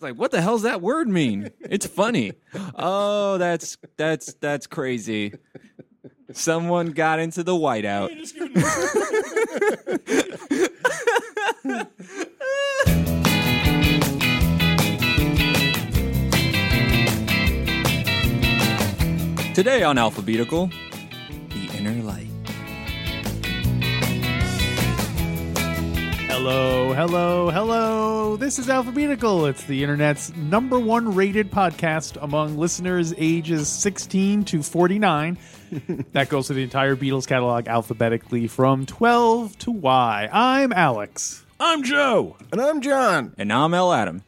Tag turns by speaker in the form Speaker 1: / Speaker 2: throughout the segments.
Speaker 1: like, what the hell's that word mean? It's funny. oh, that's that's that's crazy. Someone got into the whiteout. Today on Alphabetical, the inner light.
Speaker 2: Hello, hello, hello. This is Alphabetical. It's the internet's number one rated podcast among listeners ages 16 to 49. that goes to the entire Beatles catalog alphabetically from 12 to Y. I'm Alex.
Speaker 3: I'm Joe.
Speaker 4: And I'm John.
Speaker 1: And I'm L. Adam.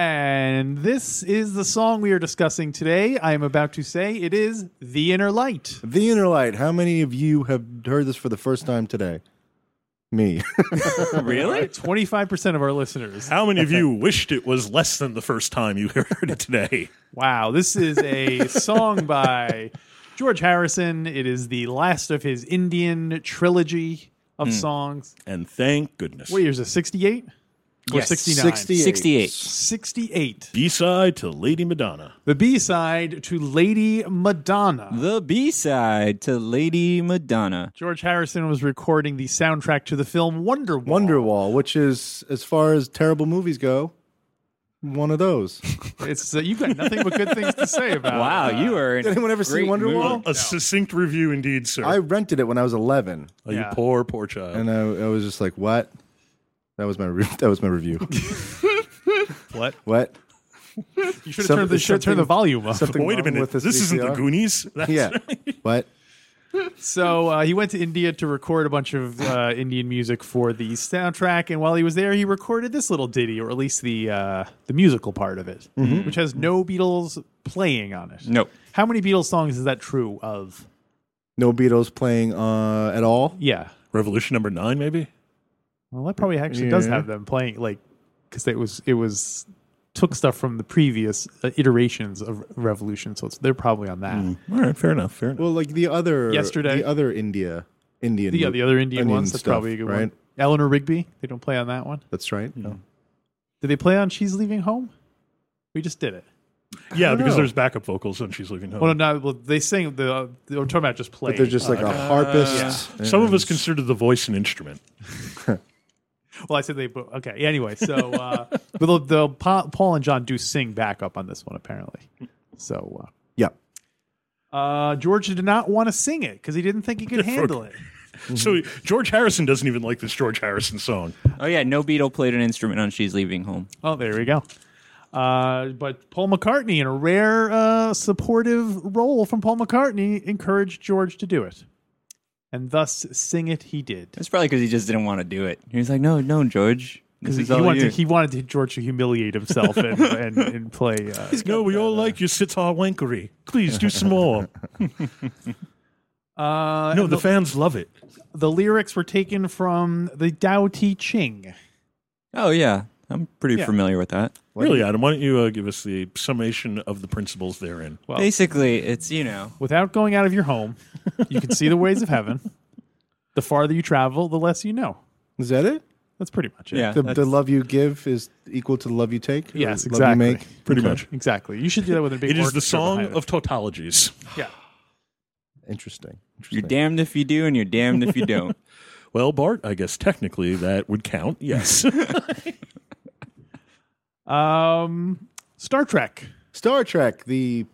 Speaker 2: And this is the song we are discussing today. I am about to say it is The Inner Light.
Speaker 4: The Inner Light. How many of you have heard this for the first time today? Me.
Speaker 1: Really?
Speaker 2: 25% of our listeners.
Speaker 3: How many of you wished it was less than the first time you heard it today?
Speaker 2: Wow, this is a song by George Harrison. It is the last of his Indian trilogy of songs.
Speaker 3: And thank goodness.
Speaker 2: What year is it? 68 or
Speaker 1: Yes.
Speaker 2: 69?
Speaker 4: 68.
Speaker 1: 68.
Speaker 2: 68.
Speaker 3: B-side to Lady Madonna.
Speaker 2: The B side to Lady Madonna.
Speaker 1: The B side to Lady Madonna.
Speaker 2: George Harrison was recording the soundtrack to the film Wonderwall.
Speaker 4: Wonderwall, which is, as far as terrible movies go, one of those.
Speaker 2: It's uh, you've got nothing but good things to say about.
Speaker 1: Wow,
Speaker 2: it.
Speaker 1: you are.
Speaker 4: Did anyone ever see Wonderwall?
Speaker 3: A succinct review indeed, sir.
Speaker 4: I rented it when I was 11,
Speaker 3: oh, you
Speaker 2: Yeah.
Speaker 3: poor, poor child.
Speaker 4: and I, I was just like, "What?" That was my re- that was my review.
Speaker 2: What?
Speaker 4: what?
Speaker 2: You should have
Speaker 4: Some-
Speaker 2: turned the should turn the
Speaker 4: something-
Speaker 2: volume up.
Speaker 4: Something
Speaker 3: Well, wait a
Speaker 4: wrong
Speaker 3: minute.
Speaker 4: with
Speaker 3: This
Speaker 4: this
Speaker 3: isn't the
Speaker 4: VCR?
Speaker 3: Goonies. That's
Speaker 4: Yeah. what?
Speaker 2: So uh, he went to India to record a bunch of uh, Indian music for the soundtrack, and while he was there, he recorded this little ditty, or at least the uh, the musical part of it,
Speaker 4: Mm-hmm.
Speaker 2: which has no Beatles playing on it.
Speaker 1: Nope.
Speaker 2: How many Beatles songs is that true of?
Speaker 4: No Beatles playing uh, at all.
Speaker 2: Yeah.
Speaker 3: Revolution number nine, maybe?
Speaker 2: Well, that probably actually does
Speaker 4: Yeah.
Speaker 2: have them playing, like, because it was it was took stuff from the previous uh, iterations of Revolution, so it's, they're probably on that.
Speaker 4: Mm-hmm.
Speaker 3: All right, fair enough, fair enough.
Speaker 4: Well, like the other
Speaker 2: Yesterday.
Speaker 4: the other India Indian.
Speaker 2: Yeah, the other Indian,
Speaker 4: Indian
Speaker 2: ones. That's
Speaker 4: stuff,
Speaker 2: probably a good
Speaker 4: right?
Speaker 2: one. Eleanor Rigby. They don't play on that one.
Speaker 4: That's right. No.
Speaker 2: Did they play on She's Leaving Home? We just did it.
Speaker 3: yeah, because
Speaker 4: know.
Speaker 3: there's backup vocals and she's leaving home.
Speaker 2: Well, no, well, they sing the. Uh, I'm talking about just playing. Uh,
Speaker 4: They're just like a harpist.
Speaker 3: Some of
Speaker 4: and-
Speaker 3: us consider the voice an instrument.
Speaker 2: well, I said they. but- Okay. Anyway, so uh, but the, the Pa- Paul and John do sing backup on this one apparently. So
Speaker 4: Yeah.
Speaker 2: uh, uh, George did not want to sing it because he didn't think he could handle it.
Speaker 3: So George Harrison doesn't even like this George Harrison song.
Speaker 1: Oh, yeah, no Beatle played an instrument on She's Leaving Home.
Speaker 2: Oh, there we go. Uh, but Paul McCartney, in a rare uh, supportive role from Paul McCartney, encouraged George to do it, and thus sing it he did.
Speaker 1: It's probably because he just didn't want to do it. He was like, no, no, George. This
Speaker 2: Because
Speaker 1: is
Speaker 2: he
Speaker 1: all
Speaker 2: wanted, to,
Speaker 1: you.
Speaker 2: he wanted to, George to humiliate himself and, and, and play. Uh,
Speaker 3: No, we all like your sitar wankery. Please do some more.
Speaker 2: uh,
Speaker 3: No,
Speaker 2: and
Speaker 3: the
Speaker 2: the,
Speaker 3: fans love it.
Speaker 2: the lyrics were taken from the Tao Te Ching.
Speaker 1: oh, yeah. I'm pretty
Speaker 2: Yeah.
Speaker 1: familiar with that.
Speaker 3: Really, Adam, why don't you uh, give us the summation of the principles therein?
Speaker 2: Well-
Speaker 1: Basically, it's, you know,
Speaker 2: Without going out of your home, you can see the ways of heaven. The farther you travel, the less you know.
Speaker 4: Is that it?
Speaker 2: That's pretty much it.
Speaker 1: yeah.
Speaker 4: The, the
Speaker 1: that's-
Speaker 4: love you give is equal to the love you take. or
Speaker 2: Yes,
Speaker 4: love
Speaker 2: exactly.
Speaker 4: You make.
Speaker 3: Pretty much.
Speaker 2: Exactly. You should do that with a big.
Speaker 3: It is the
Speaker 2: orchestra
Speaker 3: song
Speaker 2: behind it.
Speaker 3: of tautologies.
Speaker 2: yeah.
Speaker 4: Interesting. Interesting.
Speaker 1: you're damned if you do and you're damned if you don't.
Speaker 3: Well, Bart, I guess technically that would count. Yes.
Speaker 2: Um, Star Trek.
Speaker 4: Star Trek. The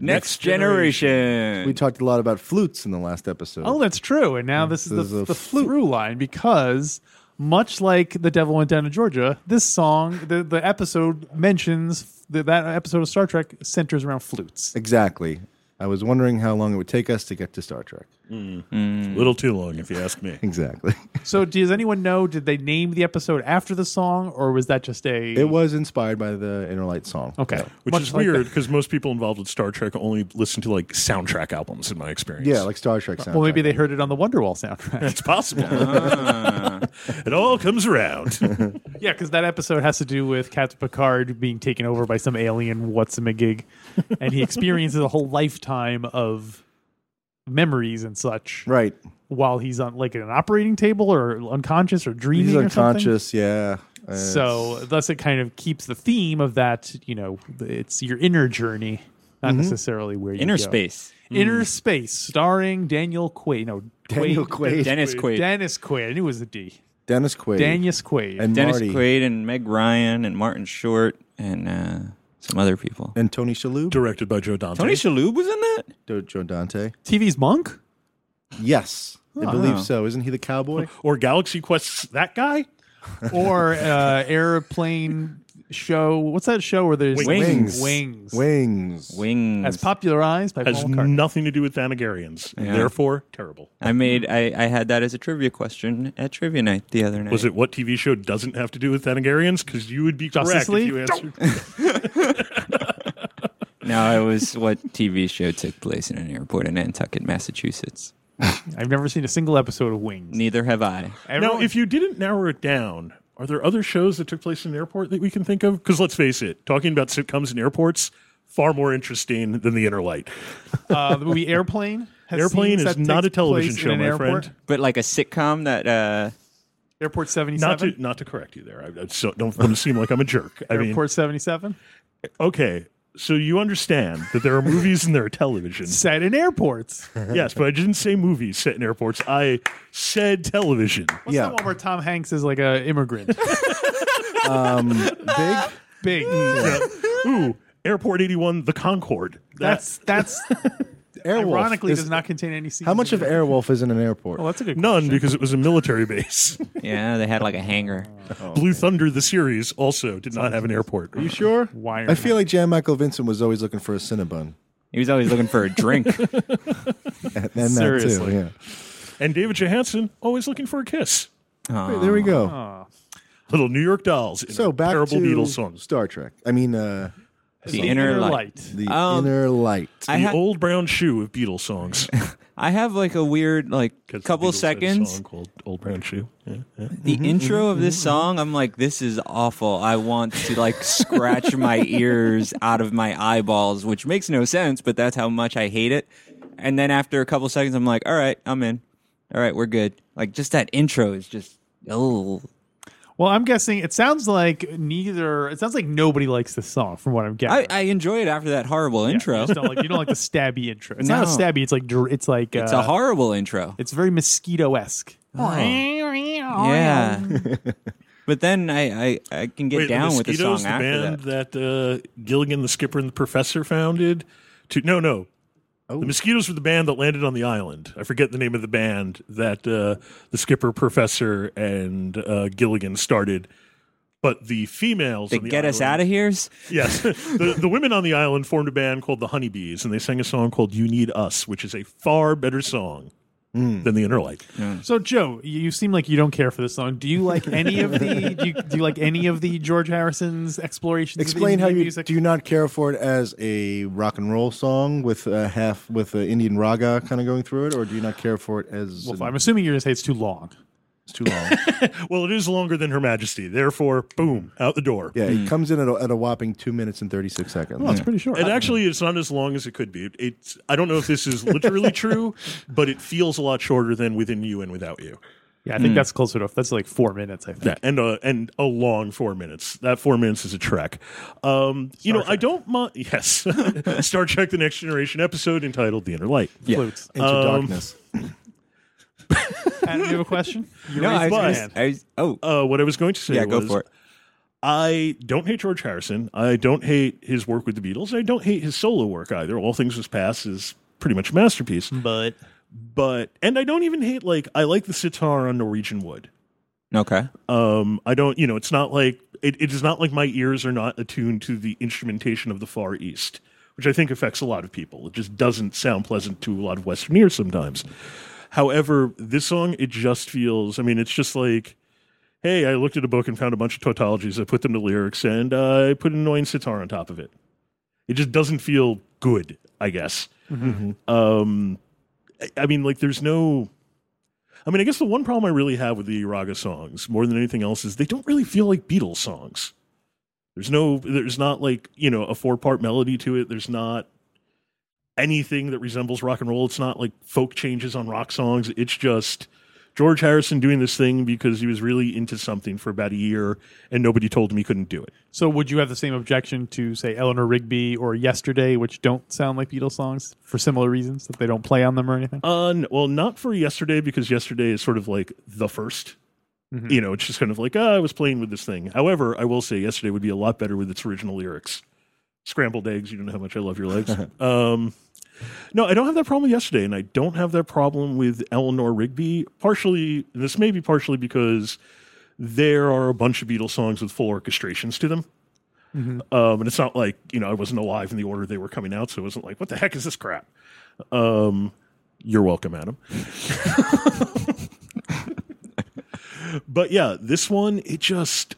Speaker 1: Next
Speaker 3: Next
Speaker 1: generation.
Speaker 4: we talked a lot about flutes in the last episode.
Speaker 2: Oh, that's true. And now this, is
Speaker 4: This
Speaker 2: the,
Speaker 4: is a
Speaker 2: the
Speaker 4: flute.
Speaker 2: through line because much like the devil went down to Georgia, this song, the, the episode mentions that that episode of Star Trek centers around flutes.
Speaker 4: exactly. I was wondering how long it would take us to get to Star Trek.
Speaker 3: little too long, if you ask me.
Speaker 4: Exactly.
Speaker 2: So, does anyone know? Did they name the episode after the song, or was that just a?
Speaker 4: it was inspired by the Inner Light song.
Speaker 2: okay,
Speaker 3: Which
Speaker 2: Much
Speaker 3: is
Speaker 2: like
Speaker 3: weird because most people involved with Star Trek only listen to like soundtrack albums, in my experience.
Speaker 4: Yeah, like Star Trek soundtrack.
Speaker 2: Well, maybe they heard it on the Wonderwall soundtrack.
Speaker 3: it's possible. it all comes around.
Speaker 2: yeah, because that episode has to do with Captain Picard being taken over by some alien what's a gig, and he experiences a whole lifetime of memories and such.
Speaker 4: Right.
Speaker 2: while he's on like an operating table or unconscious or dreaming.
Speaker 4: He's
Speaker 2: or something.
Speaker 4: unconscious. Yeah. Uh,
Speaker 2: So thus it kind of keeps the theme of that. You know, it's your inner journey, not
Speaker 4: Mm-hmm.
Speaker 2: necessarily where you
Speaker 1: Inner
Speaker 2: go.
Speaker 1: space.
Speaker 3: Hmm.
Speaker 2: Inner space, starring Daniel Quaid. No,
Speaker 4: Daniel Quaid.
Speaker 1: Dennis Quaid.
Speaker 2: Dennis Quaid. I knew it was a D.
Speaker 4: Dennis Quaid.
Speaker 2: Daniel Quaid.
Speaker 4: and
Speaker 1: Dennis
Speaker 4: Marty
Speaker 1: Quaid and Meg Ryan and Martin Short and uh, some other people.
Speaker 4: and Tony Shalhoub.
Speaker 3: Directed by Joe Dante.
Speaker 1: Tony Shalhoub was in that.
Speaker 4: Do- Joe Dante.
Speaker 2: TV's Monk.
Speaker 4: Yes, I
Speaker 2: Oh,
Speaker 4: believe so. Isn't he the cowboy?
Speaker 3: or Galaxy Quest. That guy.
Speaker 2: or uh, airplane show. What's that show where there's
Speaker 1: Wings.
Speaker 2: Wings.
Speaker 4: Wings.
Speaker 1: Wings.
Speaker 2: As popularized by
Speaker 3: Has
Speaker 2: Paul McCartney.
Speaker 3: nothing to do with Thanagarians. and
Speaker 1: Yeah.
Speaker 3: Therefore, terrible.
Speaker 1: I made. I, I had that as a trivia question at trivia night the other night.
Speaker 3: Was it what TV show doesn't have to do with Thanagarians? Because you would be
Speaker 2: Justice
Speaker 3: correct
Speaker 2: League?
Speaker 3: if you answered.
Speaker 1: No, it was what TV show took place in an airport in Nantucket, Massachusetts.
Speaker 2: I've never seen a single episode of Wings.
Speaker 1: Neither have I.
Speaker 3: Now,
Speaker 2: Everyone-
Speaker 3: if you didn't narrow it down, are there other shows that took place in an airport that we can think of? Because let's face it, talking about sitcoms and airports far more interesting than the Inner Light.
Speaker 2: uh, the movie Airplane. Has
Speaker 3: Airplane
Speaker 2: scenes
Speaker 3: is
Speaker 2: that
Speaker 3: not
Speaker 2: takes
Speaker 3: a television
Speaker 2: place
Speaker 3: show,
Speaker 2: in an
Speaker 3: my
Speaker 2: airport.
Speaker 3: friend.
Speaker 1: But like a sitcom that uh,
Speaker 2: Airport
Speaker 3: Not to
Speaker 2: 77.
Speaker 3: not to correct you there. I, I so don't want to seem like I'm a jerk. I mean,
Speaker 2: Airport 77.
Speaker 3: okay. So you understand that there are movies and there are television.
Speaker 2: Set in airports. What's
Speaker 3: Yes, but I didn't say movies set in airports. I said television.
Speaker 4: Yeah.
Speaker 2: the one where Tom Hanks is like a immigrant?
Speaker 4: Um, big.
Speaker 2: Ah. Big.
Speaker 3: Ooh, Airport 81, The Concorde. That's
Speaker 2: That's that's
Speaker 4: Airwolf.
Speaker 2: ironically
Speaker 4: is-
Speaker 2: does not contain any. Scenes
Speaker 4: How much of
Speaker 2: air?
Speaker 4: Airwolf is in an airport?
Speaker 2: Well, that's a good.
Speaker 3: none because it was a military base.
Speaker 1: yeah, they had like a hangar.
Speaker 3: Blue Thunder, the series, also did not have an airport.
Speaker 4: you sure?
Speaker 2: Why?
Speaker 4: I feel like Jan Michael Vincent was always looking for a Cinnabon.
Speaker 1: He was always looking for a drink.
Speaker 4: And that
Speaker 2: Seriously.
Speaker 4: too. Yeah.
Speaker 3: And David Johansen, always looking for a kiss.
Speaker 4: Hey, there we go.
Speaker 3: Little New York Dolls. In
Speaker 4: so
Speaker 3: a
Speaker 4: back to
Speaker 3: terrible Beatles songs.
Speaker 4: Star Trek. I mean, uh,
Speaker 1: The inner light.
Speaker 4: the
Speaker 1: Um,
Speaker 4: inner light.
Speaker 1: I
Speaker 3: the
Speaker 1: had
Speaker 3: old brown shoe of Beatles songs.
Speaker 1: I have like a weird like
Speaker 3: 'Cause the
Speaker 1: couple
Speaker 3: Beatles had a
Speaker 1: seconds.
Speaker 3: song called Old Brown Shoe. Yeah, yeah.
Speaker 1: The intro of this song, I'm like, this is awful. I want to like scratch my ears out of my eyeballs, which makes no sense, but that's how much I hate it. And then after a couple seconds, I'm like, all right, I'm in. All right, we're good. Like just that intro is just oh
Speaker 2: Well, I'm guessing it sounds like neither. It sounds like nobody likes this song, from what I'm
Speaker 1: I,
Speaker 2: gathering.
Speaker 1: I enjoy it after that horrible
Speaker 2: Yeah,
Speaker 1: intro.
Speaker 2: You, just don't like, you don't like the stabby intro. It's not a
Speaker 1: No.
Speaker 2: stabby. It's like dr- it's like
Speaker 1: It's
Speaker 2: uh,
Speaker 1: a horrible intro.
Speaker 2: It's very mosquito esque.
Speaker 1: Oh. Yeah. but then I, I, I can get
Speaker 3: Wait,
Speaker 1: down
Speaker 3: the
Speaker 1: with the song
Speaker 3: Mosquitoes, the
Speaker 1: after
Speaker 3: band
Speaker 1: that.
Speaker 3: that, uh, Gilligan, the skipper, and the professor founded. To no, no.
Speaker 4: Oh.
Speaker 3: The Mosquitoes were the band that landed on the island. I forget the name of the band that uh, the skipper, professor, and uh, Gilligan started. But the females,
Speaker 1: They
Speaker 3: on the
Speaker 1: get us
Speaker 3: island-
Speaker 1: out of here's
Speaker 3: Yes. the, the women on the island formed a band called the Honeybees, and they sang a song called You Need Us, which is a far better song
Speaker 1: Hmm.
Speaker 3: than the Inner Light.
Speaker 2: So Joe, you you seem like you don't care for this song. Do you like any of the? Do you, do you like any of the George Harrison's explorations? of
Speaker 4: Explain how
Speaker 2: Indian
Speaker 4: you
Speaker 2: music?
Speaker 4: do you not care for it as a rock and roll song with a half with an Indian raga kind of going through it, or do you not care for it as
Speaker 2: Well, I'm assuming you're gonna say it's too long.
Speaker 4: it's too long?
Speaker 3: Well, it is longer than Her Majesty. Therefore, boom, out the door.
Speaker 4: yeah,
Speaker 2: Hmm.
Speaker 4: it comes in at a, at a whopping two minutes and thirty six seconds.
Speaker 2: pretty short.
Speaker 3: And actually, it's not as long as it could be. It- It's I don't know if this is literally true, but it feels a lot shorter than Within You and Without You.
Speaker 2: yeah, I
Speaker 1: Hmm.
Speaker 2: think that's close enough. That's like four minutes. I think.
Speaker 3: Yeah, and a and a long four minutes. That four minutes is a trek. Um, you know, I don't mind. Yes, Star Trek: The Next Generation episode entitled "The Inner Light."
Speaker 2: Flutes.
Speaker 4: Into darkness.
Speaker 2: Uh, Adam, you have a question? You
Speaker 1: No,
Speaker 2: raised
Speaker 1: I
Speaker 2: your
Speaker 1: was,
Speaker 2: hand.
Speaker 1: I was- oh
Speaker 3: Uh, what I was going to say
Speaker 1: yeah, go
Speaker 3: was,
Speaker 1: for it.
Speaker 3: I don't hate George Harrison. I don't hate his work with the Beatles. I don't hate his solo work either. All Things Must Pass is pretty much a masterpiece.
Speaker 2: but
Speaker 3: But and I don't even hate like I like the sitar on Norwegian Wood.
Speaker 1: Okay.
Speaker 3: Um, I don't, you know, it's not like it, it is not like my ears are not attuned to the instrumentation of the Far East, which I think affects a lot of people. It just doesn't sound pleasant to a lot of Western ears sometimes. However, this song, it just feels. I mean, it's just like, hey, I looked at a book and found a bunch of tautologies. I put them to lyrics and uh, I put an annoying sitar on top of it. It just doesn't feel good, I guess. Um, I, I mean, like, there's no. I mean, I guess the one problem I really have with the Raga songs, more than anything else, is they don't really feel like Beatles songs. There's no, there's not like you know a four part melody to it. There's not. I, anything that resembles rock and roll. It's not like folk changes on rock songs. It's just George Harrison doing this thing because he was really into something for about a year and nobody told him he couldn't do it.
Speaker 2: So would you have the same objection to say Eleanor Rigby or Yesterday, which don't sound like Beatles songs for similar reasons that they don't play on them or anything?
Speaker 3: Uh, n- well, not for yesterday because yesterday is sort of like the 1st You know, it's just kind of like ah, I was playing with this thing. However, I will say yesterday would be a lot better with its original lyrics. Scrambled eggs. You don't know how much I love your legs. um, no, I don't have that problem with yesterday, and I don't have that problem with Eleanor Rigby. Partially, this may be partially because there are a bunch of Beatles songs with full orchestrations to them. Um, and it's not like, you know, I wasn't alive in the order they were coming out, so it wasn't like, what the heck is this crap? Um, you're welcome, Adam. but yeah, this one, it just,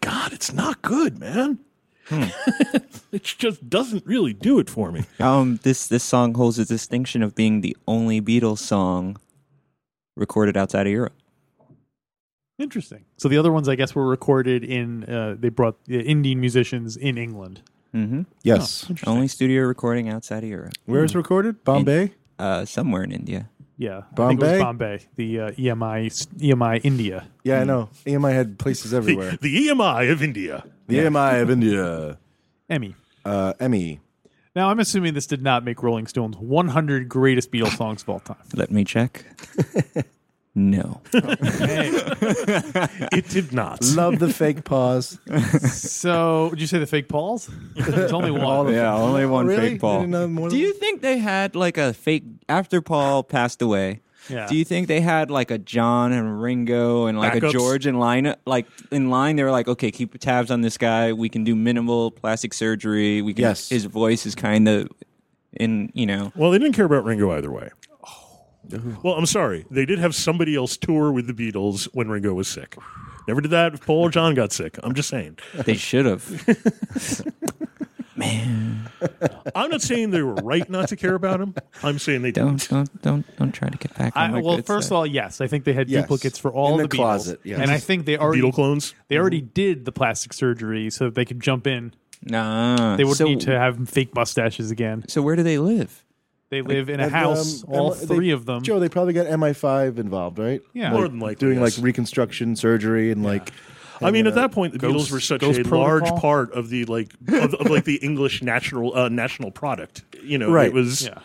Speaker 3: God, it's not good, man. it just doesn't really do it for me.
Speaker 1: Um, this this song holds a distinction of being the only Beatles song recorded outside of Europe.
Speaker 2: Interesting. So the other ones, I guess, were recorded in. Uh, they brought the Indian musicians in England. oh.
Speaker 4: Yes.
Speaker 1: Only studio recording outside of Europe.
Speaker 4: Where is it recorded? Bombay?
Speaker 1: Uh, somewhere in India.
Speaker 2: Yeah, I think it was Bombay,
Speaker 4: Bombay?
Speaker 2: the uh, EMI s- EMI India.
Speaker 4: Yeah, I know. EMI had places everywhere.
Speaker 3: The, the EMI of India.
Speaker 4: the EMI of India.
Speaker 2: Emmy.
Speaker 4: Uh, Emmy.
Speaker 2: Now I'm assuming this did not make Rolling Stone's 100 greatest Beatles songs of all time.
Speaker 1: Let me check. no.
Speaker 3: It did not.
Speaker 4: Love the fake pause.
Speaker 2: So, did you say the fake Pauls? There's only
Speaker 4: All
Speaker 2: one.
Speaker 4: of
Speaker 1: Yeah,
Speaker 4: them.
Speaker 1: only one
Speaker 4: really?
Speaker 1: fake Paul.
Speaker 4: You didn't know more
Speaker 1: Do
Speaker 4: than-
Speaker 1: Oh, you think they had like a fake after Paul passed away?
Speaker 2: Yeah.
Speaker 1: Do you think they had like a John and Ringo and like
Speaker 3: Backups?
Speaker 1: a George in line? Like in line, they were like, "Okay, keep tabs on this guy. We can do minimal plastic surgery. We can.
Speaker 4: Yes.
Speaker 1: His voice is kind of in. You know,
Speaker 3: Well, they didn't care about Ringo either way. Well, I'm sorry. They did have somebody else tour with the Beatles when Ringo was sick. Never did that if Paul or John got sick. I'm just saying.
Speaker 1: they should have.
Speaker 3: I'm not saying they were right not to care about him. I'm saying they didn't.
Speaker 1: don't don't don't don't try to get back. On
Speaker 2: I,
Speaker 1: my
Speaker 2: well,
Speaker 1: good
Speaker 2: first
Speaker 1: side.
Speaker 2: of all, yes, I think they had
Speaker 4: Yes.
Speaker 2: duplicates for all
Speaker 4: In
Speaker 2: the,
Speaker 4: the
Speaker 2: Beatles.
Speaker 4: closet, yes. Mm-hmm.
Speaker 2: And I think they already
Speaker 3: Beatle clones.
Speaker 2: they already did the plastic surgery so that they could jump in.
Speaker 1: nah.
Speaker 2: They would
Speaker 1: so,
Speaker 2: need to have fake mustaches again.
Speaker 1: So where do they live?
Speaker 2: They live in a
Speaker 4: And,
Speaker 2: house,
Speaker 4: um,
Speaker 2: all
Speaker 4: they-
Speaker 2: three of them.
Speaker 4: Joe, they probably got MI5 involved, right?
Speaker 2: Yeah.
Speaker 3: More than likely,
Speaker 4: doing
Speaker 3: yes.
Speaker 4: like reconstruction surgery and like.
Speaker 3: I mean, at that point, the
Speaker 2: Ghost-
Speaker 3: Beatles uh, were such
Speaker 2: Ghost
Speaker 3: a
Speaker 2: Protocol?
Speaker 3: large part of the like of, of like the English national uh, national product. You know,
Speaker 4: Right.
Speaker 3: it was
Speaker 2: Yeah.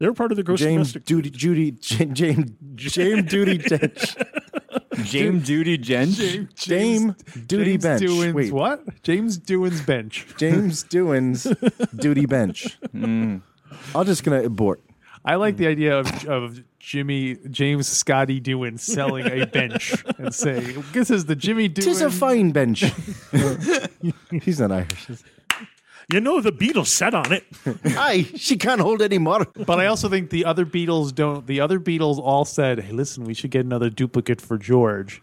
Speaker 3: they were part of the gross
Speaker 4: James
Speaker 3: domestic.
Speaker 4: Duty Judy James James Duty Dench
Speaker 1: James Duty Jen.
Speaker 4: James Duty
Speaker 2: James
Speaker 4: Bench.
Speaker 2: Doohan's
Speaker 4: Wait,
Speaker 2: what? James Doohan's bench.
Speaker 4: James Doohan's Duty Bench. I'm just gonna abort.
Speaker 2: I like
Speaker 4: Hmm.
Speaker 2: the idea of, of Jimmy James Scotty Doohan selling a bench and saying, "This is the Jimmy Doohan."
Speaker 4: Tis a fine bench. He's not Irish.
Speaker 3: You know, the Beatles sat on it.
Speaker 4: Aye, she can't hold any more.
Speaker 2: But I also think the other Beatles don't. The other Beatles all said, "Hey, listen, we should get another duplicate for George."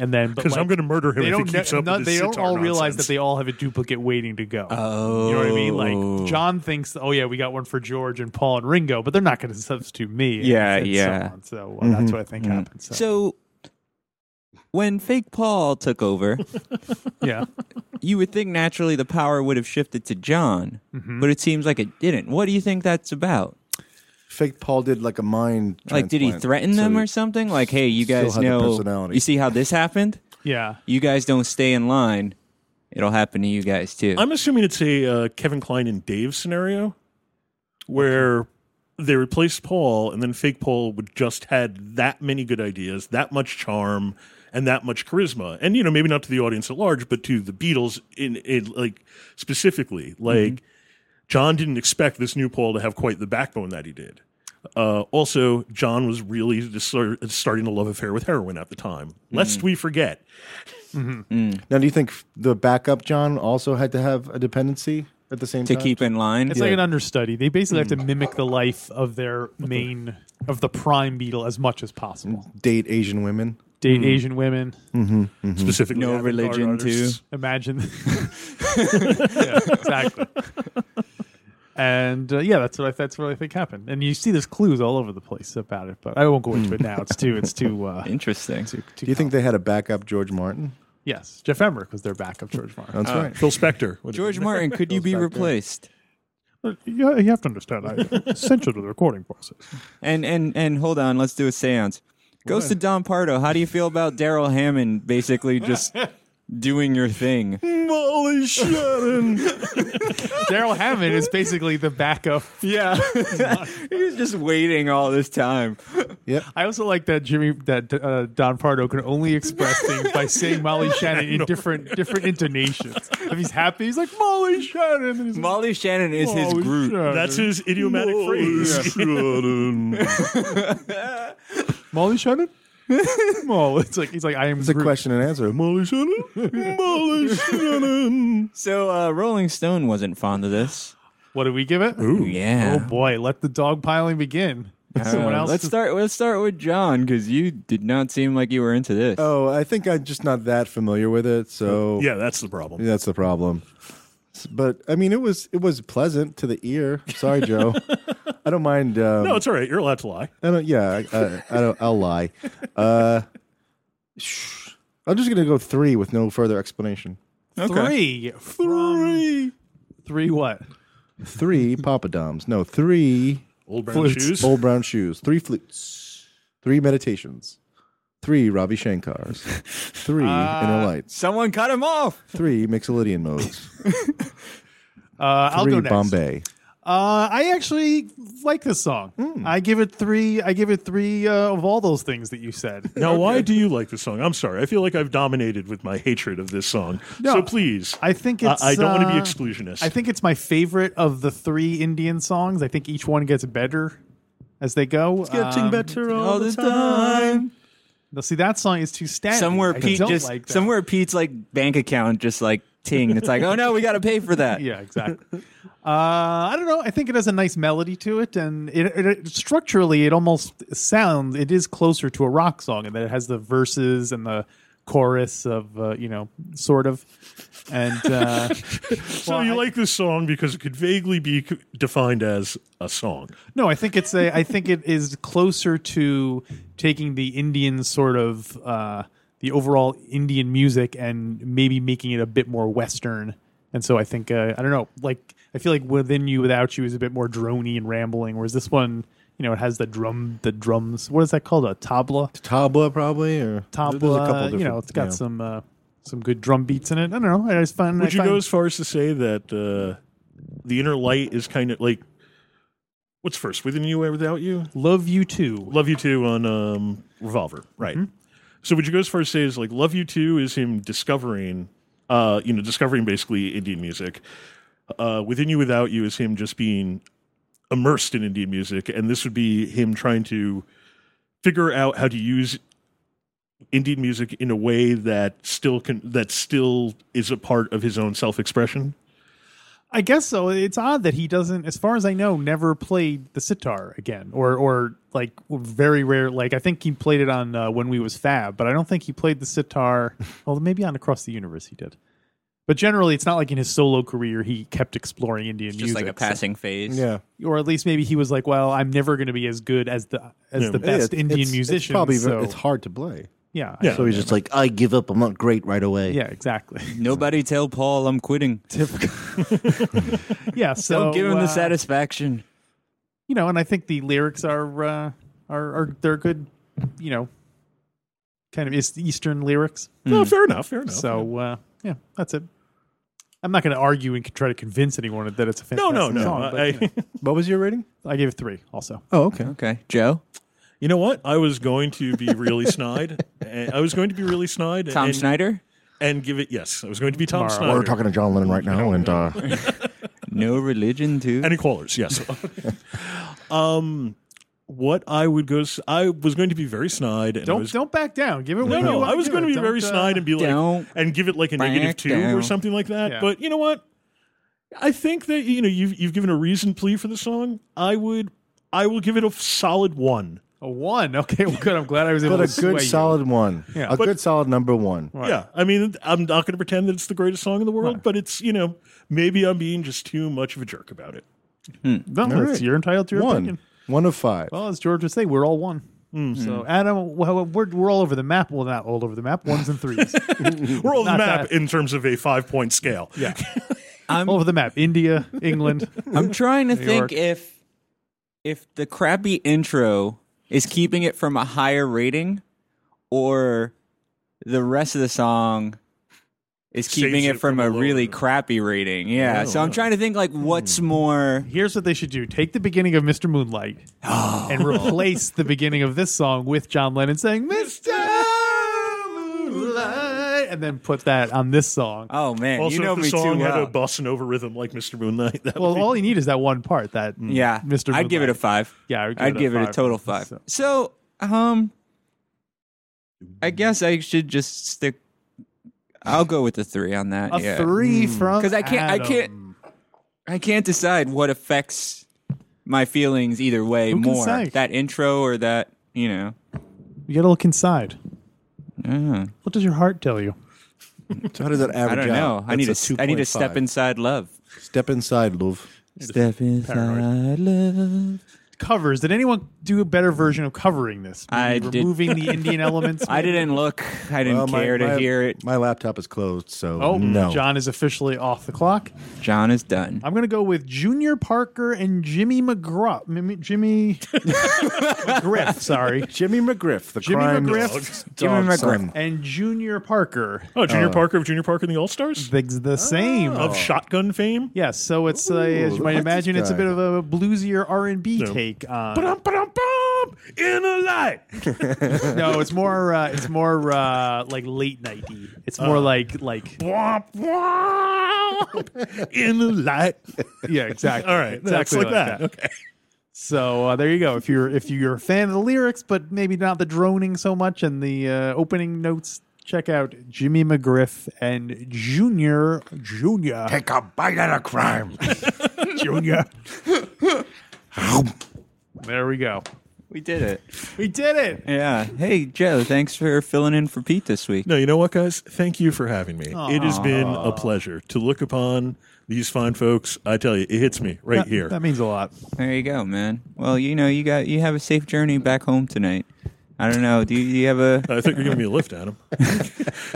Speaker 2: And then,
Speaker 3: Because I'm going to murder him
Speaker 2: They
Speaker 3: if he
Speaker 2: don't.
Speaker 3: keeps
Speaker 2: know-
Speaker 3: up.
Speaker 2: none-
Speaker 3: with
Speaker 2: they
Speaker 3: his
Speaker 2: don't
Speaker 3: sitar
Speaker 2: all realize
Speaker 3: nonsense.
Speaker 2: that they all have a duplicate waiting to go. Oh, you know what I mean? Like John thinks, "Oh yeah, we got one for George and Paul and Ringo," but they're not going to substitute me. and-
Speaker 1: Yeah,
Speaker 2: and
Speaker 1: yeah. Mm-hmm.
Speaker 2: So, on. So, uh, that's what I think happened. So,
Speaker 1: So when fake Paul took over.
Speaker 2: yeah,
Speaker 1: you would think naturally the power would have shifted to John,
Speaker 2: Mm-hmm.
Speaker 1: but it seems like it didn't. What do you think that's about?
Speaker 4: Fake Paul did like a mind.
Speaker 1: Like, did he
Speaker 4: transplant.
Speaker 1: threaten them
Speaker 4: So-
Speaker 1: or something? Like, hey, you
Speaker 4: Still
Speaker 1: guys
Speaker 4: had the
Speaker 1: know,
Speaker 4: personality.
Speaker 1: you see how this happened?
Speaker 2: yeah.
Speaker 1: You guys don't stay in line, it'll happen to you guys too.
Speaker 3: I'm assuming it's a uh, Kevin Klein and Dave scenario where they replaced Paul and then fake Paul would just had that many good ideas, that much charm and that much charisma. And you know, maybe not to the audience at large, but to the Beatles in, in like specifically, like John didn't expect this new Paul to have quite the backbone that he did. Uh, also, John was really just sort of starting a love affair with heroin at the time. Lest we forget,
Speaker 4: Now, do you think the backup John also had to have a dependency at the same
Speaker 1: to
Speaker 4: time?
Speaker 1: keep in line.
Speaker 2: It's like an understudy. They basically
Speaker 1: Mm.
Speaker 2: have to mimic the life of their main, of the prime beetle as much as
Speaker 1: Mm.
Speaker 2: possible.
Speaker 4: date Asian women.
Speaker 2: Date Asian women.
Speaker 3: specifically
Speaker 1: No
Speaker 3: avant-garde
Speaker 1: religion,
Speaker 3: artists.
Speaker 1: too.
Speaker 2: Imagine. yeah, exactly. And uh, yeah, that's what I that's what I think happened. And you see there's clues all over the place about it, but I won't go into it now. It's too it's too. Uh,
Speaker 1: Interesting.
Speaker 2: too, too
Speaker 4: Do you think they had a backup George Martin?
Speaker 2: yes,
Speaker 1: Uh,
Speaker 2: Jeff Emmerich was their backup George Martin.
Speaker 4: That's right.
Speaker 3: Phil Spector.
Speaker 1: George Martin, could you
Speaker 4: Goes
Speaker 1: be
Speaker 4: back there.
Speaker 1: replaced?
Speaker 2: Uh, you, you have to understand, I essential to the recording process.
Speaker 1: And and and hold on, let's do a séance. Goes to Don Pardo. How do you feel about Daryl Hammond basically just doing your thing?
Speaker 3: Molly Shannon.
Speaker 2: Daryl Hammond is basically the backup.
Speaker 1: Yeah, he was just waiting all this time.
Speaker 4: Yep.
Speaker 2: I also like that Jimmy that uh, Don Pardo can only express things by saying Molly Shannon in different different intonations. If he's happy, he's like Molly Shannon. And he's like,
Speaker 1: Molly Shannon is his
Speaker 2: "Molly
Speaker 1: Groot.
Speaker 2: Shannon."
Speaker 3: That's his idiomatic phrase.
Speaker 2: Molly Shannon. Molly. It's like he's like I am.
Speaker 4: It's a
Speaker 2: Groot.
Speaker 4: question and answer. Molly Shannon. Molly Shannon.
Speaker 1: So uh, Rolling Stone wasn't fond of this.
Speaker 2: What do we give it? Oh
Speaker 1: Yeah.
Speaker 2: boy, let the dog piling begin. Someone
Speaker 1: Uh,
Speaker 2: else.
Speaker 1: let's start. Let's start with John because you did not seem like you were into this.
Speaker 4: Oh, I think I'm just not that familiar with it, so
Speaker 3: Uh, yeah, that's the problem.
Speaker 4: that's the problem. S- But I mean, it was it was pleasant to the ear. Sorry, Joe. I don't mind. Um,
Speaker 3: No, it's all right. You're allowed to lie.
Speaker 4: I don't. Yeah, I, I, I don't. I'll lie. Uh, shh. I'm just gonna go three with no further explanation.
Speaker 2: Three. Three. Three what?
Speaker 4: Three Papa Doms. No, three
Speaker 3: Old brown shoes.
Speaker 4: old brown shoes. Three flutes. Three meditations. Three Ravi Shankars. Three
Speaker 2: Uh,
Speaker 4: inner lights.
Speaker 1: Someone cut him off.
Speaker 4: Three Mixolydian modes.
Speaker 2: Uh, I'll
Speaker 4: three
Speaker 2: go next.
Speaker 4: Bombay.
Speaker 2: Uh, I actually like this song. I give it three. I give it three uh, of all those things that you said.
Speaker 3: Now, why do you like this song? I'm sorry. I feel like I've dominated with my hatred of this song.
Speaker 2: No,
Speaker 3: so please,
Speaker 2: I think
Speaker 3: I,
Speaker 2: it's.
Speaker 3: I don't want to be
Speaker 2: uh,
Speaker 3: exclusionist.
Speaker 2: I think it's my favorite of the three Indian songs. I think each one gets better as they go. Um,
Speaker 3: better
Speaker 1: All the time.
Speaker 2: now, See that song is too static.
Speaker 1: Somewhere
Speaker 2: I
Speaker 1: Pete
Speaker 2: don't
Speaker 1: just
Speaker 2: like that.
Speaker 1: somewhere Pete's like bank account just like ting. It's like, oh no, we got to pay for that.
Speaker 2: Yeah, exactly. uh, I don't know. I think it has a nice melody to it, and it, it, it- structurally, it almost sounds. It is closer to a rock song, and that it has the verses and the chorus of uh, you know, sort of. And uh,
Speaker 3: So you like this song because it could vaguely be c- defined as a song.
Speaker 2: no, I think it's a. I think it is closer to taking the Indian sort of uh, the overall Indian music and maybe making it a bit more Western. And so I think uh, I don't know. Like I feel like within you, without you is a bit more drony and rambling. Whereas this one, you know, it has the drum, the drums. What is that called? A tabla.
Speaker 4: Tabla probably or
Speaker 2: Tabla.
Speaker 4: There's a couple
Speaker 2: you know,
Speaker 4: different-
Speaker 2: it's got
Speaker 4: yeah.
Speaker 2: some uh, some good drum beats in it. I don't know. I just find
Speaker 3: Would
Speaker 2: I
Speaker 3: you
Speaker 2: find-
Speaker 3: go as far as to say that uh, the inner light is kind of like what's first, within you or without you?
Speaker 2: love you too?
Speaker 3: Love You Too on um, Revolver, right?
Speaker 2: Mm-hmm.
Speaker 3: So would you go as far as to say is like Love You Too is him discovering, uh, you know, discovering basically Indian music. Uh, Within You, Without You is him just being immersed in Indian music, and this would be him trying to figure out how to use Indian music in a way that still can that still is a part of his own self expression.
Speaker 2: I guess so. It's odd that he doesn't, as far as I know, never played the sitar again, or or like very rare. Like I think he played it on uh, when we was Fab, but I don't think he played the sitar. well, maybe on Across the Universe he did, but generally it's not like in his solo career he kept exploring Indian
Speaker 1: Just
Speaker 2: music,
Speaker 1: like a passing phase.
Speaker 4: Yeah.
Speaker 2: or at least maybe he was like, well, I'm never going to be as good as the as
Speaker 3: Yeah.
Speaker 2: the best
Speaker 4: It-
Speaker 2: Indian
Speaker 4: it's-
Speaker 2: musician.
Speaker 4: It's probably ve-
Speaker 2: so,
Speaker 4: it's hard to play.
Speaker 2: yeah,
Speaker 3: Yeah.
Speaker 4: So he's just like, I give up. I'm not great right away.
Speaker 2: yeah, exactly,
Speaker 1: Nobody tell Paul I'm quitting.
Speaker 2: yeah. So
Speaker 1: Don't give him
Speaker 2: uh,
Speaker 1: the satisfaction.
Speaker 2: you know, and I think the lyrics are uh, are are they're good, you know, kind of East- Eastern lyrics.
Speaker 3: No, fair enough, fair enough.
Speaker 2: Hmm. So uh, yeah, that's it. I'm not going to argue and try to convince anyone that it's a
Speaker 3: no,
Speaker 2: fantastic
Speaker 3: no, no.
Speaker 2: song. but,
Speaker 3: I-
Speaker 2: you know,
Speaker 4: What was your rating?
Speaker 2: I gave it three. Also,
Speaker 4: Oh, okay.
Speaker 1: Okay, Joe.
Speaker 3: You know what? I was going to be really snide. And I was going to be really snide.
Speaker 1: Tom
Speaker 3: and,
Speaker 1: Schneider.
Speaker 3: And give it, yes. I was going to be Tom
Speaker 2: Tomorrow.
Speaker 3: Snyder.
Speaker 4: We're talking to John Lennon right now, and uh,
Speaker 1: No religion too.
Speaker 3: Any callers, yes. um, what I would go, s- I was going to be very snide. And I
Speaker 2: don't
Speaker 3: was,
Speaker 2: don't back down. Give it. uh,
Speaker 3: no, no, I was going to be very snide and be like,
Speaker 1: don't
Speaker 3: and give it like a
Speaker 1: back
Speaker 3: negative two
Speaker 1: down.
Speaker 3: or something like that.
Speaker 2: Yeah.
Speaker 3: But you know what? I think that you know you've you've given a reason plea for the song. I would, I will give it a solid one.
Speaker 2: a one. Okay, well, good. I'm glad I was able
Speaker 4: but a
Speaker 2: to
Speaker 4: good
Speaker 2: sway you.
Speaker 4: solid one.
Speaker 2: Yeah.
Speaker 4: a
Speaker 2: But-
Speaker 4: good solid number one.
Speaker 2: Right.
Speaker 3: Yeah, I mean, I'm not going to pretend that it's the greatest song in the world, but it's you know maybe I'm being just too much of a jerk about it.
Speaker 2: No,
Speaker 4: All
Speaker 2: that's-
Speaker 4: right.
Speaker 2: you're entitled to your
Speaker 4: one.
Speaker 2: opinion.
Speaker 4: One of five.
Speaker 2: Well, as George would say, we're all one.
Speaker 3: Hmm.
Speaker 2: So
Speaker 4: Hmm.
Speaker 2: Adam, well, we're we're all over the map. Well, not all over the map. Ones and threes.
Speaker 3: We're all the
Speaker 2: Not
Speaker 3: map
Speaker 2: that.
Speaker 3: in terms of a five point scale.
Speaker 2: Yeah. all over the map. India, England.
Speaker 1: I'm trying to think
Speaker 2: York.
Speaker 1: if if the crappy intro is keeping it from a higher rating or the rest of the song is keeping
Speaker 3: Saves
Speaker 1: it
Speaker 3: it
Speaker 1: from
Speaker 3: from
Speaker 1: a
Speaker 3: a lower
Speaker 1: really
Speaker 3: rating. Hmm.
Speaker 1: crappy rating. Yeah. so I'm trying to think like what's more
Speaker 2: Here's what they should do: take the beginning of Mr. Moonlight and replace the beginning of this song with John Lennon saying "Mr. Moonlight," and then put that on this song.
Speaker 1: Oh man,
Speaker 3: Also,
Speaker 1: you know
Speaker 3: if the
Speaker 1: me too
Speaker 3: song had
Speaker 1: well.
Speaker 3: a bossa nova rhythm like Mr. Moonlight, that
Speaker 2: Well,
Speaker 3: would be
Speaker 2: all you need is that one part. That
Speaker 1: Mm. yeah.
Speaker 2: Mr.
Speaker 1: I'd give it a
Speaker 2: Moonlight.
Speaker 1: 5.
Speaker 2: Yeah, I would give
Speaker 1: I'd
Speaker 2: it a
Speaker 1: give it a
Speaker 2: five.
Speaker 1: total 5.
Speaker 2: So-
Speaker 1: So, um I guess I should just stick I'll go with the 3 on that.
Speaker 2: a
Speaker 1: yeah. Mm.
Speaker 2: three from
Speaker 1: 'Cause I can't- I can't-
Speaker 2: Adam.
Speaker 1: I can't decide what affects my feelings either way
Speaker 2: Who can
Speaker 1: more.
Speaker 2: say?
Speaker 1: That intro or that, you know.
Speaker 2: You gotta look inside. What does your heart tell you?
Speaker 4: So how does that average
Speaker 1: I don't
Speaker 4: out?
Speaker 1: know. I
Speaker 4: That's
Speaker 1: need
Speaker 4: a
Speaker 1: to s- I need to step
Speaker 4: 2.5.
Speaker 1: inside love.
Speaker 4: Step inside, love.
Speaker 1: Step inside love.
Speaker 2: Covers. Did anyone do a better version of covering this? Maybe
Speaker 1: I did-
Speaker 2: removing the Indian elements.
Speaker 1: I didn't look. I didn't
Speaker 4: Well, Uh, my-
Speaker 1: care to
Speaker 4: my-
Speaker 1: hear it.
Speaker 4: My laptop is closed, so
Speaker 2: Oh,
Speaker 4: no.
Speaker 2: John is officially off the clock.
Speaker 1: John is done.
Speaker 2: I'm going to go with Junior Parker and Jimmy McGraw. Mimi- Jimmy McGriff, sorry.
Speaker 4: Jimmy McGriff, the
Speaker 2: Jimmy
Speaker 4: crime
Speaker 2: McGriff.
Speaker 4: dog
Speaker 1: Jimmy McGriff.
Speaker 4: son.
Speaker 2: And Junior Parker.
Speaker 3: Oh, Junior Parker of Junior Parker and the All Stars
Speaker 2: The, the same.
Speaker 3: of shotgun fame.
Speaker 2: Yes, so it's, uh, as you
Speaker 4: look
Speaker 2: might
Speaker 4: at this
Speaker 2: imagine, it's a
Speaker 4: guy.
Speaker 2: bit of a bluesier R&B take on...
Speaker 3: Ba-dum, ba-dum, bum, in a light.
Speaker 2: no, it's more, uh, it's more uh, like late nighty. It's more like, like,
Speaker 3: Womp, womp, in a light.
Speaker 2: yeah, exactly.
Speaker 3: All right, that's
Speaker 2: exactly
Speaker 3: like, that. Okay.
Speaker 2: So uh, there you go. If you're if you're a fan of the lyrics, but maybe not the droning so much and the uh, opening notes, check out Jimmy McGriff and Junior Junior
Speaker 4: Take a bite at a crime.
Speaker 2: Junior. there we go.
Speaker 1: We did it.
Speaker 2: We did it.
Speaker 1: Yeah. Hey Joe, thanks for filling in for Pete this week.
Speaker 3: No, you know what, guys? Thank you for having me. It has been a pleasure to look upon these fine folks. I tell you, it hits me right here.
Speaker 2: That means a lot.
Speaker 1: There you go, man. Well, you know, you got you have a safe journey back home tonight. I don't know. Do you, do you have a
Speaker 3: I think you're giving me a lift, Adam.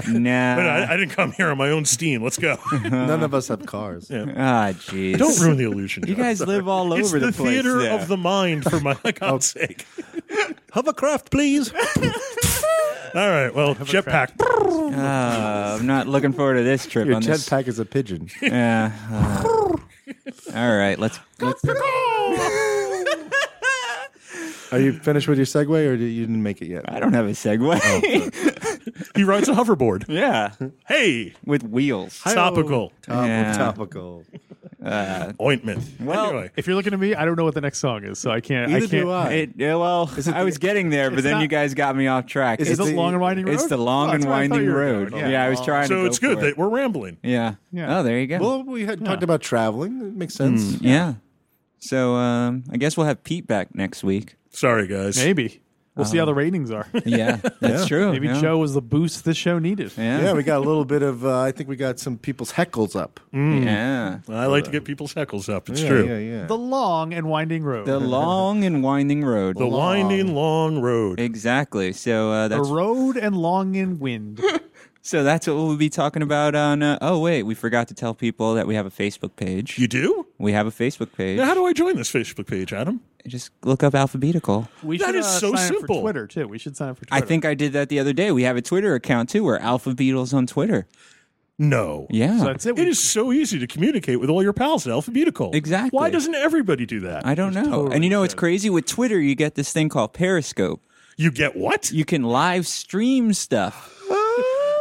Speaker 1: nah?
Speaker 3: But I, I didn't come here on my own steam. Let's go.
Speaker 4: None of us have cars.
Speaker 1: Ah, jeez.
Speaker 3: Don't ruin the illusion.
Speaker 1: You
Speaker 3: John.
Speaker 1: guys live all over
Speaker 3: it's
Speaker 1: the, place.
Speaker 3: theater
Speaker 1: there.
Speaker 3: of the mind for my God's sake.
Speaker 4: Hovercraft, please.
Speaker 3: All right. Well, jetpack.
Speaker 1: Ah, I'm not looking forward to this trip
Speaker 4: Your
Speaker 1: on this.
Speaker 4: jetpack is a pigeon.
Speaker 1: Yeah. ah. all right, let's let's
Speaker 4: Are you finished with your segue, or do- you didn't make it yet?
Speaker 1: I don't have a segue.
Speaker 3: He rides a hoverboard.
Speaker 1: yeah.
Speaker 3: Hey,
Speaker 1: With wheels.
Speaker 3: topical
Speaker 4: Topical.
Speaker 1: Yeah.
Speaker 4: topical.
Speaker 1: Uh,
Speaker 3: ointment.
Speaker 1: Well-
Speaker 3: anyway,
Speaker 2: If you're looking at me, I don't know what the next song is, so I can't. I
Speaker 4: Neither
Speaker 2: can't.
Speaker 4: do I.
Speaker 1: It, yeah, well, I was getting there, but then
Speaker 2: not-
Speaker 1: you guys got me off track.
Speaker 4: Is
Speaker 2: Is
Speaker 1: it's,
Speaker 2: it
Speaker 4: the-
Speaker 2: long and winding road?
Speaker 1: it's the long
Speaker 2: Oh,
Speaker 1: and
Speaker 2: that's where I thought
Speaker 1: winding
Speaker 2: you were
Speaker 1: road. Oh.
Speaker 2: going. Oh.
Speaker 1: Yeah, I was trying to
Speaker 3: so
Speaker 1: go
Speaker 3: it's good
Speaker 1: for
Speaker 3: that
Speaker 1: it.
Speaker 3: we're rambling.
Speaker 1: Yeah.
Speaker 2: Yeah.
Speaker 1: Oh, there you go.
Speaker 4: Well, we had talked about traveling. It makes sense.
Speaker 1: yeah. So um, I guess we'll have Pete back next week.
Speaker 3: Sorry, guys.
Speaker 2: Maybe we'll see how the ratings are.
Speaker 1: Yeah, that's
Speaker 4: Yeah.
Speaker 1: true.
Speaker 2: Maybe
Speaker 1: Uh-huh. Oh, yeah.
Speaker 2: Joe was the boost this show needed.
Speaker 1: Yeah.
Speaker 4: Yeah, we got a little bit of. Uh, I think we got some people's heckles up.
Speaker 1: Mm, yeah.
Speaker 3: I like to get people's heckles up. It's
Speaker 4: yeah,
Speaker 3: true.
Speaker 4: Yeah, yeah.
Speaker 2: The long and winding road.
Speaker 1: The long and winding road.
Speaker 3: The winding long road.
Speaker 1: exactly. So uh,
Speaker 2: A
Speaker 1: that's
Speaker 2: road and long in wind.
Speaker 1: so that's what we'll be talking about on. Uh, oh wait, we forgot to tell people that we have a Facebook page.
Speaker 3: You do?
Speaker 1: we have a Facebook page.
Speaker 3: Now, how do I join this Facebook page, Adam?
Speaker 1: Just look up alphabetical.
Speaker 2: We
Speaker 3: That
Speaker 2: should,
Speaker 3: is
Speaker 2: uh, sign
Speaker 3: so
Speaker 2: up
Speaker 3: simple.
Speaker 2: for Twitter too. We should sign up for
Speaker 1: I
Speaker 2: Twitter.
Speaker 1: think I did that the other day. We have a Twitter account too. We're Alpha Beatles on Twitter.
Speaker 3: No.
Speaker 1: Yeah.
Speaker 2: so that's it.
Speaker 3: It is so easy to communicate with all your pals at Alphabetical.
Speaker 1: Exactly.
Speaker 3: Why doesn't everybody do that?
Speaker 1: I don't know. and you know it's crazy with Twitter. You get this thing called Periscope.
Speaker 3: you get what?
Speaker 1: You can live stream stuff.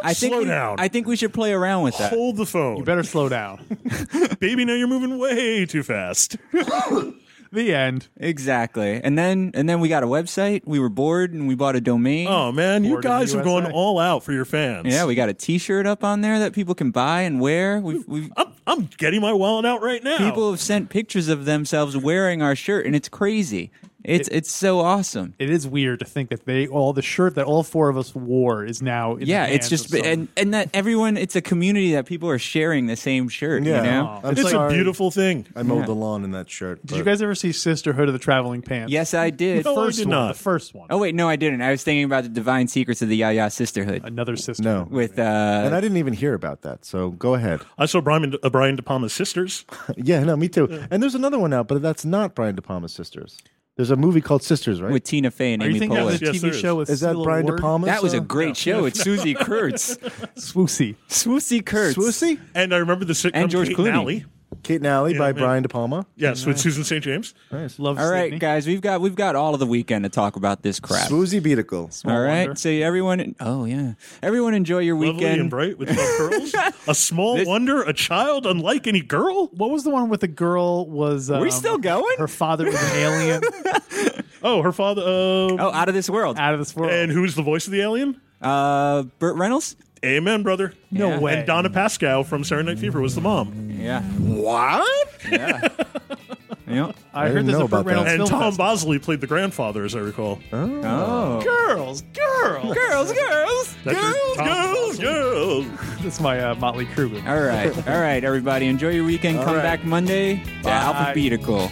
Speaker 1: I think
Speaker 3: Slow
Speaker 1: we,
Speaker 3: down.
Speaker 1: I think we should play around with that.
Speaker 3: Hold the phone.
Speaker 2: You better slow down.
Speaker 3: Baby, now you're moving way too fast.
Speaker 2: the end.
Speaker 1: Exactly. And then and then we got a website. We were bored and we bought a domain.
Speaker 3: Oh, man. You
Speaker 2: Board of
Speaker 3: guys are going
Speaker 2: USA.
Speaker 3: all out for your fans.
Speaker 1: Yeah, we got a T-shirt up on there that people can buy and wear. We've,
Speaker 2: Oh.
Speaker 1: we've
Speaker 3: I'm, I'm getting my wallet out right now.
Speaker 1: people have sent pictures of themselves wearing our shirt, and it's crazy. It's it's so awesome.
Speaker 2: It is weird to think that they all the shirt that all four of us wore is now. In
Speaker 1: Yeah,
Speaker 2: the
Speaker 1: it's
Speaker 2: hands
Speaker 1: just
Speaker 2: of some-
Speaker 1: and and that everyone it's a community that people are sharing the same shirt, you
Speaker 2: Oh.
Speaker 1: know?
Speaker 4: I'm
Speaker 3: it's a
Speaker 4: sorry.
Speaker 3: beautiful thing.
Speaker 4: I mowed the lawn in that shirt.
Speaker 2: Did you guys ever see Sisterhood of the Traveling Pants?
Speaker 1: Yes, I did.
Speaker 3: No, I
Speaker 2: first
Speaker 3: did
Speaker 2: one,
Speaker 3: not.
Speaker 2: The first one.
Speaker 1: Oh wait, no I didn't. I was thinking about the Divine Secrets of the Yaya Sisterhood
Speaker 2: another sister.
Speaker 4: No.
Speaker 1: with
Speaker 4: and
Speaker 1: uh
Speaker 4: I didn't even hear about that. So go ahead.
Speaker 3: I saw Brian uh, Brian De Palma's sisters.
Speaker 4: Yeah, no, me too. And there's another one out, but that's not Brian De Palma's sisters. There's a movie called Sisters, right?
Speaker 1: with Tina Fey and
Speaker 2: Are you
Speaker 1: Amy
Speaker 2: thinking of
Speaker 1: Poehler.
Speaker 2: the
Speaker 3: Yes,
Speaker 2: TV
Speaker 3: there
Speaker 2: show with
Speaker 4: is that
Speaker 2: Cilla
Speaker 4: Brian
Speaker 2: Ward?
Speaker 4: De Palma?
Speaker 1: That was a great show. It's Susie Kurtz.
Speaker 2: swoosy?
Speaker 1: Swoosy Kurtz.
Speaker 4: Swoosie?
Speaker 3: And I remember the sitcom
Speaker 1: And George
Speaker 3: Kate
Speaker 1: Clooney.
Speaker 3: and Ally.
Speaker 4: Kate and Alley by
Speaker 3: man.
Speaker 4: Brian De Palma.
Speaker 3: Yes, with Susan St. James.
Speaker 2: Love.
Speaker 1: All right,
Speaker 2: Sydney.
Speaker 1: guys, we've got we've got all of the weekend to talk about this crap.
Speaker 4: Swoozy Beaticle.
Speaker 1: All right,
Speaker 2: wonder.
Speaker 1: so everyone, oh yeah, everyone enjoy your
Speaker 3: Lovely
Speaker 1: weekend.
Speaker 3: and bright with love curls. A small
Speaker 1: This-
Speaker 3: wonder, a child unlike any girl.
Speaker 2: What was the one with the girl? Was um,
Speaker 1: still going?
Speaker 2: Her father was an alien
Speaker 3: Oh, her father. Uh,
Speaker 1: Oh, out of this world.
Speaker 2: out of this world.
Speaker 3: And who's the voice of the alien?
Speaker 1: Uh, Burt Reynolds.
Speaker 3: Amen, brother.
Speaker 2: no
Speaker 1: Yeah.
Speaker 2: way.
Speaker 3: And Donna Pascal from Saturday Night Fever was the mom.
Speaker 1: Yeah.
Speaker 4: What?
Speaker 1: Yeah. yeah.
Speaker 2: I, heard
Speaker 4: didn't
Speaker 2: there's
Speaker 4: know
Speaker 2: a Burt
Speaker 4: about that.
Speaker 2: Reynolds
Speaker 3: And
Speaker 2: film
Speaker 3: Tom
Speaker 2: festival.
Speaker 3: Bosley played the grandfather, as I recall.
Speaker 1: Oh.
Speaker 2: Girls, girls.
Speaker 1: Girls, girls,
Speaker 3: That's your Tom Bosley.
Speaker 2: That's my uh, Motley Crue. movie.
Speaker 1: All right, all right, everybody, enjoy your weekend. Come
Speaker 4: right.
Speaker 1: back Monday to
Speaker 2: Bye.
Speaker 1: Alphabetical.